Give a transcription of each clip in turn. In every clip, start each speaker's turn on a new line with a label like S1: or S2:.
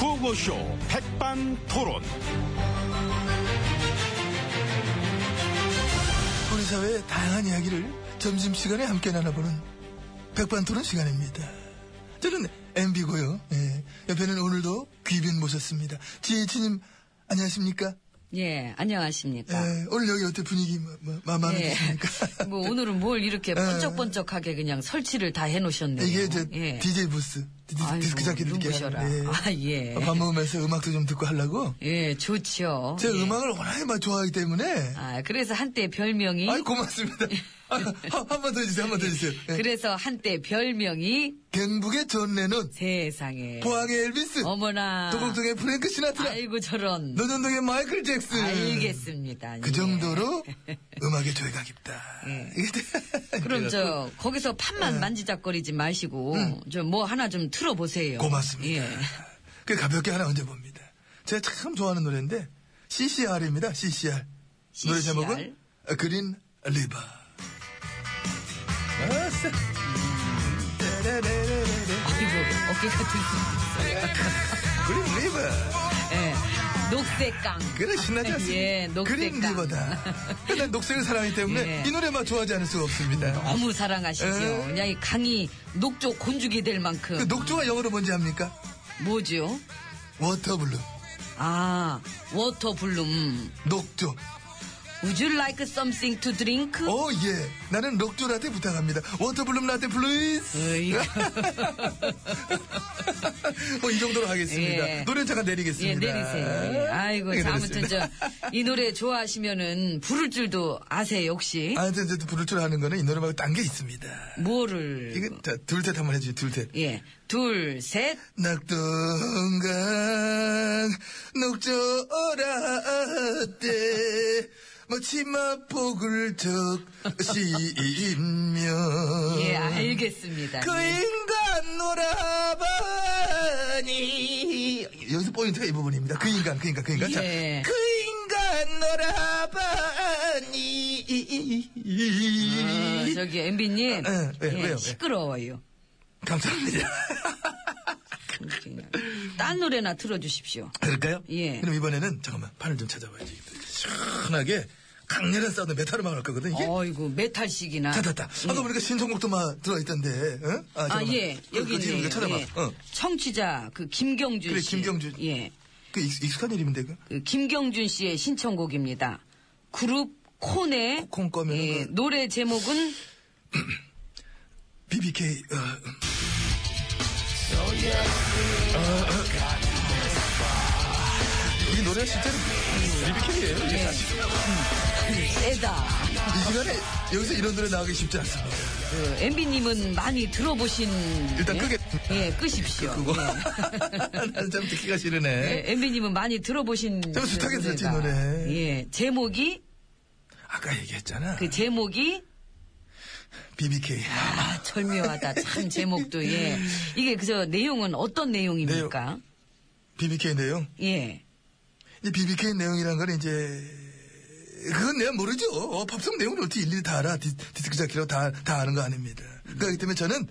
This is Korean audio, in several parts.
S1: 라디오쇼 백반토론.
S2: 우리 사회의 다양한 이야기를 점심시간에 함께 나눠보는 백반토론 시간입니다. 저는 MB고요. 예, 옆에는 오늘도 귀빈 모셨습니다. GH님 안녕하십니까?
S3: 예, 안녕하십니까.
S2: 예, 오늘 여기 어때 분위기 마, 마, 마, 마음에
S3: 아. 예.
S2: 드십니까? 예.
S3: 뭐 오늘은 뭘 이렇게 번쩍번쩍하게 그냥 설치를 다 해놓으셨네요.
S2: 이게 이제
S3: 예.
S2: DJ 부스 디,
S3: 아이고,
S2: 스크 자켓들께
S3: 눈부셔라. 아, 예.
S2: 밥 먹으면서 음악도 좀 듣고 하려고
S3: 예, 좋죠.
S2: 제가
S3: 예.
S2: 음악을 워낙에 막 좋아하기 때문에
S3: 아, 그래서 한때 별명이
S2: 아이 고맙습니다. 한 번 더 해주세요. 한 번 더 해주세요. 예.
S3: 그래서 한때 별명이
S2: 경북의 존 레논
S3: 세상에
S2: 포항의 엘비스
S3: 예. 어머나
S2: 도곡동의 프랭크 시나트라
S3: 아이고 저런
S2: 노전동의 마이클 잭슨
S3: 알겠습니다.
S2: 네. 그
S3: 예.
S2: 정도로 음악에 조예가 깊다.
S3: 예.
S2: 이게
S3: 그럼 저 거기서
S2: 예.
S3: 판만 만지작거리지 마시고 좀 뭐 하나 좀
S2: 음.
S3: 틀어보세요.
S2: 고맙습니다.
S3: 예.
S2: 그 가볍게 하나 얹어봅니다. 제가 참 좋아하는 노래인데 CCR입니다. CCR. 노래 제목은 그린 리버. 아싸. 음. 따라라라라라.
S3: 아이고 어깨가 들썩.
S2: 그린 리버.
S3: 예. 녹색깡.
S2: 음. 그래 신나지 않습니까?
S3: 예, 녹색깡.
S2: 그린 리버다. 근데 녹색을 사랑하기 때문에
S3: 예.
S2: 이 노래만 좋아하지 않을 수가 없습니다.
S3: 너무 사랑하시죠.
S2: 에?
S3: 그냥 이 강이 녹조 곤죽이 될 만큼
S2: 예. 그 녹조가 영어로 뭔지 압니까?
S3: 뭐죠?
S2: 워터블루.
S3: 아 워터블룸.
S2: 녹조.
S3: Would you like something to drink?
S2: 오, 예. 나는 녹조 라떼 부탁합니다. 워터블룸 라떼 플루이스.
S3: 어이구.
S2: 뭐, 이 정도로 하겠습니다.
S3: 예.
S2: 노래 잠깐 내리겠습니다.
S3: 예, 내리세요. 예. 아이고,
S2: 예,
S3: 자,
S2: 네,
S3: 아무튼
S2: 내렸습니다.
S3: 저 이 노래 좋아하시면은 부를 줄도 아세요, 혹시?
S2: 아무튼, 저 부를 줄 아는 거는 이 노래 말고 딴 게 있습니다.
S3: 뭐를?
S2: 이거, 자, 둘셋 한번 해주세요, 둘셋.
S3: 예. 둘, 셋.
S2: 낙동강 녹조라 때 뭐, 마치마 복을 적시며
S3: 예, 알겠습니다.
S2: 어.
S3: 예.
S2: 그 인간 놀아보니 여기서 포인트가 이 부분입니다. 그 인간, 그 인간, 그 인간. 자,
S3: 예.
S2: 그 인간 놀아보니
S3: 아, 저기, MB님.
S2: 아, 예, 예,
S3: 예,
S2: 왜요?
S3: 시끄러워요.
S2: 감사합니다.
S3: 그냥. 딴 노래나 틀어주십시오.
S2: 그럴까요?
S3: 예.
S2: 그럼 이번에는 잠깐만 판을 좀 찾아봐야지. 시원하게 강렬한 사운드 메탈 음악을 할 예. 거거든 이게.
S3: 어이구, 메탈식이나. 예.
S2: 찾았다. 아까 보니까 신청곡도 막 들어있던데. 응?
S3: 아,
S2: 잠깐만.
S3: 예.
S2: 그,
S3: 여기
S2: 그 지금
S3: 있네요.
S2: 이거 찾아봐.
S3: 예.
S2: 어.
S3: 청취자, 그, 김경준
S2: 그래,
S3: 씨.
S2: 김경준.
S3: 예.
S2: 그 익- 익숙한 이름인데 그.
S3: 그 김경준 씨의 신청곡입니다. 그룹 콘의 예,
S2: 콘 꺼면은 그-
S3: 노래 제목은
S2: BBK. 어. 이 노래 실제로 BBK예요. 이게
S3: 예.
S2: 사실.
S3: 세다.
S2: 이 시간에 여기서 이런 노래 나오기 쉽지 않습니다.
S3: 그 MB님은 많이 들어보신
S2: 일단
S3: 예?
S2: 끄겠습니다.
S3: 예, 끄십시오.
S2: 그거.
S3: 예.
S2: 나는 참 듣기가 싫으네.
S3: 예, MB님은 많이 들어보신
S2: 좀 숱하게
S3: 노래다.
S2: 들었지, 노래.
S3: 예, 제목이
S2: 아까 얘기했잖아.
S3: 그 제목이
S2: BBK.
S3: 아, 절묘하다. 참 제목도 예. 이게 그저 내용은 어떤 내용입니까?
S2: BBK 내용.
S3: 예.
S2: 이 BBK 내용이란 건 이제 그건 내가 모르죠. 어, 팝송 내용을 어떻게 일일이 다 알아. 디, 스크 자키로 다, 다 아는 거 아닙니다. 그러니까
S3: 네.
S2: 그렇기 때문에 저는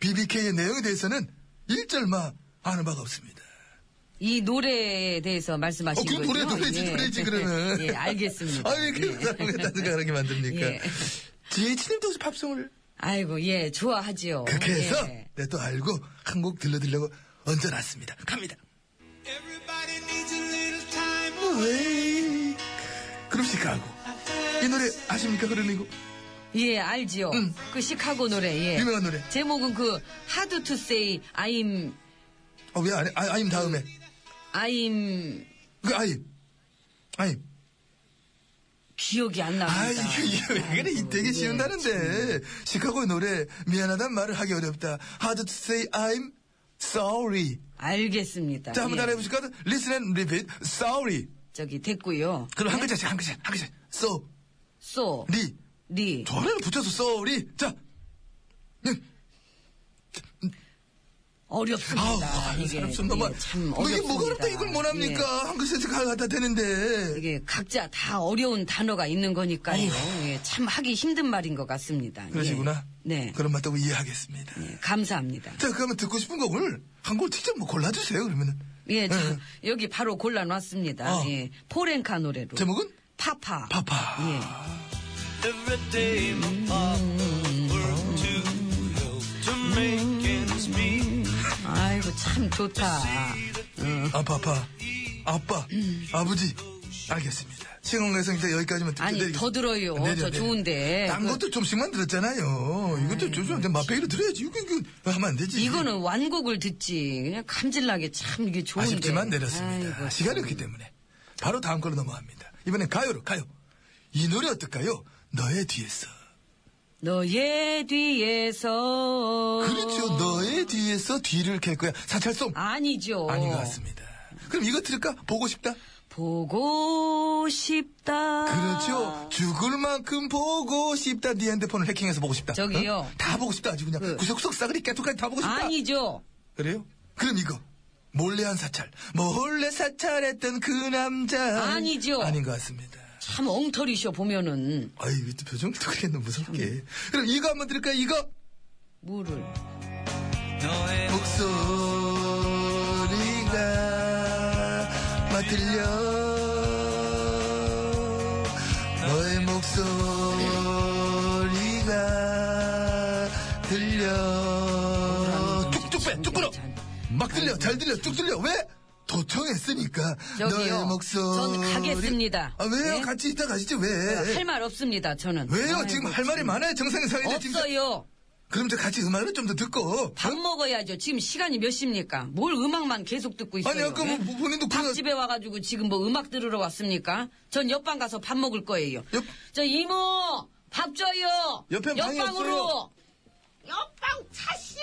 S2: BBK의 내용에 대해서는 일절만 아는 바가 없습니다.
S3: 이 노래에 대해서 말씀하신
S2: 어, 그
S3: 거죠?
S2: 노래, 노래지,
S3: 예.
S2: 노래지, 그러면.
S3: 예, 알겠습니다.
S2: 아, 왜 이렇게
S3: 예.
S2: 사람을 갖다 생각하게 만듭니까?
S3: 예.
S2: GH님도 혹시 팝송을
S3: 아이고, 예, 좋아하지요.
S2: 그렇게 해서
S3: 예.
S2: 내가 또 알고 한 곡 들려드리려고 얹어놨습니다. 갑니다.
S4: Everybody needs a little time
S2: 웨이. 그룹식 가고. 이 노래 아십니까? 그런 이거.
S3: 예, 알지요.
S2: 음.
S3: 그 시카고 노래, 예.
S2: 유명한 노래.
S3: 제목은 그, Hard to say, I'm,
S2: 어, 왜 안 해? 아, 아임 다음에.
S3: I'm,
S2: 그 아임. 아임.
S3: 기억이 안 납니다.
S2: 아, 이게, 이게 왜 그래? 이 되게
S3: 아이고, 예,
S2: 쉬운다는데. 시카고의 노래, 미안하단 말을 하기 어렵다. Hard to say I'm sorry.
S3: 알겠습니다.
S2: 자, 한번
S3: 예.
S2: 따라 해보실까? 요 Listen and repeat. Sorry.
S3: 저기, 됐고요
S2: 그럼 한 글자씩, 한 글자씩, 한 글자씩. So,
S3: 쏘,
S2: 리.
S3: 리,
S2: 저를 붙여서 sorry. 자.
S3: 어렵습니다.
S2: 아우, 아유,
S3: 이게,
S2: 사람 좀
S3: 예,
S2: 너무.
S3: 참
S2: 뭐
S3: 어렵습니다.
S2: 이게 뭐가 어렵다 이걸 못 합니까? 한 글자씩 갖다
S3: 예,
S2: 대는데.
S3: 이게 각자 다 어려운 단어가 있는 거니까요. 예, 참 하기 힘든 말인 것 같습니다. 예.
S2: 그러시구나.
S3: 네. 예,
S2: 그럼 맞다고 이해하겠습니다.
S3: 감사합니다.
S2: 그 자, 그러면 듣고 싶은 곡을 한 곡 직접 뭐 골라주세요, 그러면은.
S3: 예, 자,
S2: 네.
S3: 여기 바로 골라놨습니다.
S2: 어.
S3: 예, 포렌카 노래로.
S2: 제목은?
S3: 파파.
S2: 파파.
S3: 예.
S4: Every day my papa worked too low to make ends meet.
S3: 아이고, 참 좋다. 예.
S2: 아, 파파. 아빠. 아버지. 알겠습니다. 시공에서입니다 여기까지만 듣고
S3: 아니,
S2: 내리겠습니다.
S3: 더 들어요.
S2: 내려,
S3: 저
S2: 내려.
S3: 좋은데.
S2: 딴
S3: 그-
S2: 것도 좀씩만 들었잖아요. 이것도 좀, 좀, 좀 맛배기로 들어야지. 이거, 이거 하면 안 되지.
S3: 이거는 완곡을 듣지. 그냥 감질나게 참 이게 좋은데.
S2: 아쉽지만 내렸습니다.
S3: 아이고,
S2: 시간이 없기 때문에. 바로 다음 걸로 넘어갑니다. 이번엔 가요로, 가요. 이 노래 어떨까요? 너의 뒤에서.
S3: 너의 뒤에서. 어.
S2: 그렇죠. 너의 뒤에서 뒤를 캘 거야. 사찰송.
S3: 아니죠.
S2: 아닌 것 같습니다. 그럼 이거 들을까? 보고 싶다?
S3: 보고 싶다.
S2: 그렇죠. 죽을 만큼 보고 싶다. 네 핸드폰을 해킹해서 보고 싶다.
S3: 저기요.
S2: 어? 다 보고 싶다. 아주 그냥
S3: 그-
S2: 구석구석 싸그리 깨톡까지 다 보고 싶다.
S3: 아니죠.
S2: 그래요? 그럼 이거. 몰래 한 사찰. 몰래 사찰했던 그 남자.
S3: 아니죠.
S2: 아닌 것 같습니다.
S3: 참 엉터리셔 보면은
S2: 아이, 또 표정도 그랬나, 무섭게.
S3: 음.
S2: 그럼 이거 한번 들을까요, 이거?
S3: 물을.
S4: 너의
S2: 목소리가 막 들려. 너의 목소리가 들려. 쭉쭉 빼, 쭉 끌어. 막 들려, 잘 들려, 쭉 들려. 왜? 도청했으니까.
S3: 저기요.
S2: 너의 목소리.
S3: 전 가겠습니다.
S2: 아, 왜요?
S3: 예?
S2: 같이 이따 가시죠, 왜?
S3: 할 말 없습니다. 저는.
S2: 예. 왜요?
S3: 아이고,
S2: 지금 할 말이 많아요, 정상회사인데.
S3: 없어요.
S2: 그럼 저 같이 음악을 좀 더 듣고.
S3: 밥 먹어야죠. 지금 시간이 몇 시입니까? 뭘 음악만 계속 듣고 있어요?
S2: 아니, 아까 뭐,
S3: 예?
S2: 뭐 본인도 그거-
S3: 밥집에 와가지고 지금 뭐 음악 들으러 왔습니까? 전 옆방 가서 밥 먹을 거예요.
S2: 옆-
S3: 저 이모 밥 줘요.
S2: 옆에 방이 없어요.
S3: 옆방으로. 옆방 차시오.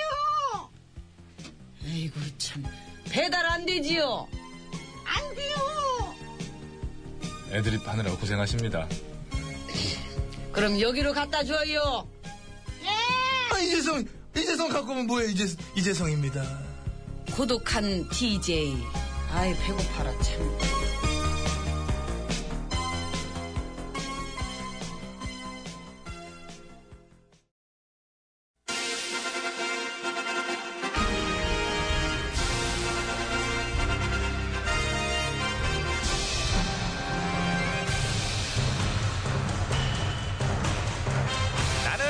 S3: 아이고 참 배달 안 되지요. 안 돼요.
S5: 애드립 하느라 고생하십니다.
S3: 그럼 여기로 갖다 줘요.
S2: 아, 이재성, 이재성 갖고 오면 뭐예요, 이재, 이재성입니다.
S3: 고독한 DJ. 아이 배고파라 참.
S1: 나는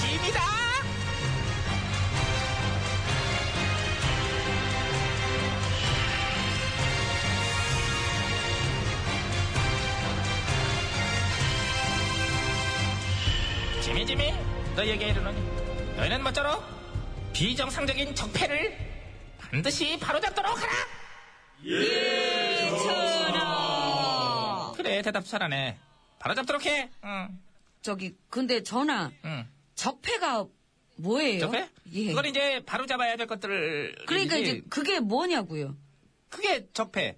S1: 짐이다.
S6: 지미 지미 너에게 이르노니 너희는 모쪼록 비정상적인 적폐를 반드시 바로잡도록 하라
S3: 전화.
S6: 그래 대답 잘하네 바로잡도록 해 응,
S3: 저기 근데 전화.
S6: 응.
S3: 적폐가 뭐예요?
S6: 적폐?
S3: 예.
S6: 그걸 이제 바로잡아야 될 것들을
S3: 그러니까
S6: 이제
S3: 이제 그게 뭐냐고요.
S6: 그게 적폐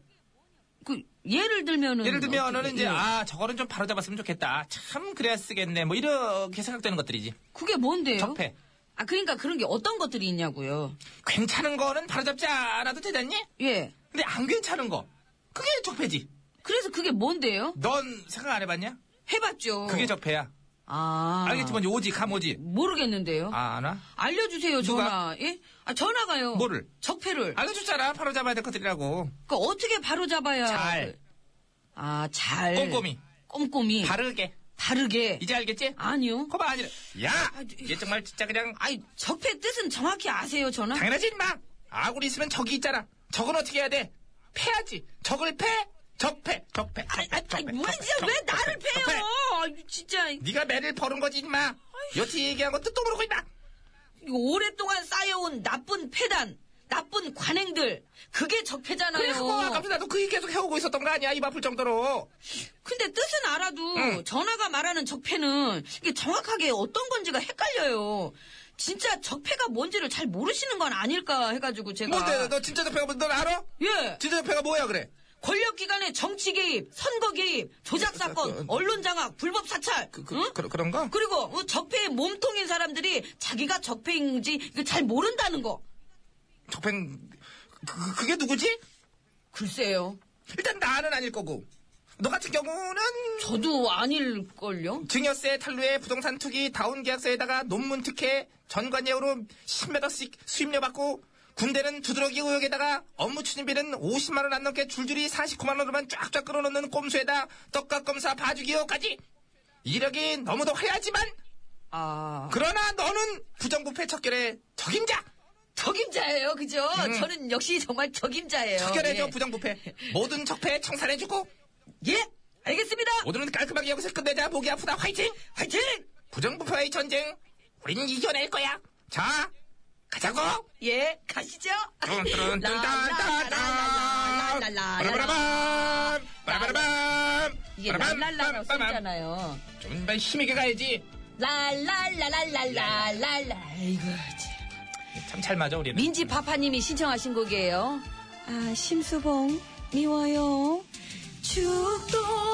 S3: 그 예를 들면은
S6: 예를 들면
S3: 어떻게-
S6: 은 이제
S3: 예.
S6: 아 저거는 좀 바로잡았으면 좋겠다 참 그래야 쓰겠네 뭐 이렇게 생각되는 것들이지
S3: 그게 뭔데요?
S6: 적폐.
S3: 아 그러니까 그런 게 어떤 것들이 있냐고요.
S6: 괜찮은 거는 바로잡지 않아도 되잖니
S3: 예.
S6: 근데 안 괜찮은 거 그게 적폐지
S3: 그래서 그게 뭔데요?
S6: 넌 생각 안 해봤냐
S3: 해봤죠.
S6: 그게 적폐야
S3: 어. 아
S6: 알겠지만 오지 감오지
S3: 모르겠는데요.
S6: 아, 안 와?
S3: 알려주세요
S6: 누가?
S3: 전화. 예? 아 전화가요.
S6: 뭐를?
S3: 적폐를.
S6: 알려줬잖아. 바로 잡아야 될 것들이라고.
S3: 그러니까 어떻게 바로 잡아야?
S6: 잘.
S3: 그- 아 잘.
S6: 꼼꼼히.
S3: 꼼꼼히.
S6: 바르게.
S3: 바르게.
S6: 이제 알겠지?
S3: 네. 아니요.
S6: 거봐, 아니라. 야!
S3: 아, 저-
S6: 얘 정말 진짜 그냥. 아,
S3: 아이 적폐 뜻은 정확히 아세요 전화?
S6: 당연하지, 임마! 아군이 있으면 적이 있잖아. 적은 어떻게 해야 돼? 패야지. 적을 패! 적패! 적패! 적패!
S3: 아니, 아니, 아니,
S6: 적패,
S3: 왜,
S6: 적패,
S3: 진짜 왜
S6: 적패,
S3: 나를
S6: 적패,
S3: 패요?
S6: 적패.
S3: 아유, 진짜.
S6: 네가 매를 버는 거지, 임마. 여태 얘기한 것도 또 모르고 임마.
S3: 이거 오랫동안 쌓여온 나쁜 패단, 나쁜 관행들. 그게 적폐잖아요.
S6: 그래, 그거 아까부터 나도 그 얘기 계속 해오고 있었던 거 아니야, 입 아플 정도로.
S3: 근데 뜻은 알아도 전화가 말하는 적폐는 이게 정확하게 어떤 건지가 헷갈려요. 진짜 적폐가 뭔지를 잘 모르시는 건 아닐까 해가지고 제가.
S6: 뭔데, 너 진짜 적폐가 뭔지 넌 알아?
S3: 예.
S6: 진짜 적폐가 뭐야, 그래?
S3: 권력기관의 정치 개입, 선거 개입, 조작
S6: 예,
S3: 사건, 언론 장악, 불법 사찰.
S6: 그, 그,
S3: 응?
S6: 그, 그런 거?
S3: 그리고 어, 적폐의 몸통인 사람들이 자기가 적폐인지 이거 잘 모른다는 거.
S6: 적폐, 그, 그게 누구지?
S3: 글쎄요.
S6: 일단 나는 아닐 거고 너 같은 경우는
S3: 저도 아닐걸요?
S6: 증여세 탈루에 부동산 투기 다운 계약서에다가 논문 특혜 전관예우로 10몇억씩 수임료 받고 군대는 두드러기 의혹에다가 업무 추진비는 50만 원 안 넘게 줄줄이 49만 원으로만 쫙쫙 끌어넣는 꼼수에다 떡값 검사 봐주기 의혹까지 이력이 너무도 화려하지만
S3: 아.
S6: 그러나 너는 부정부패 척결의 적임자
S3: 적임자예요, 그죠? 저는 역시 정말 적임자예요.
S6: 척결해줘
S3: 예.
S6: 음. 부정부패 모든 적폐 청산해주고
S3: 예, 알겠습니다.
S6: 오늘은 깔끔하게 여기서 끝내자 목이 아프다 화이팅 화이팅 부정부패와의 전쟁 우린 이겨낼 거야 자 가자고
S3: 예, 가시죠. 이게 랄랄라라고 쓰잖아요.
S6: 좀 힘있게 가야지
S3: 랄랄랄랄랄랄라. 이거
S6: 참 잘 맞아 우리는
S3: 민지 파파님이 신청하신 곡이에요. 아 심수봉 미워요. 죽도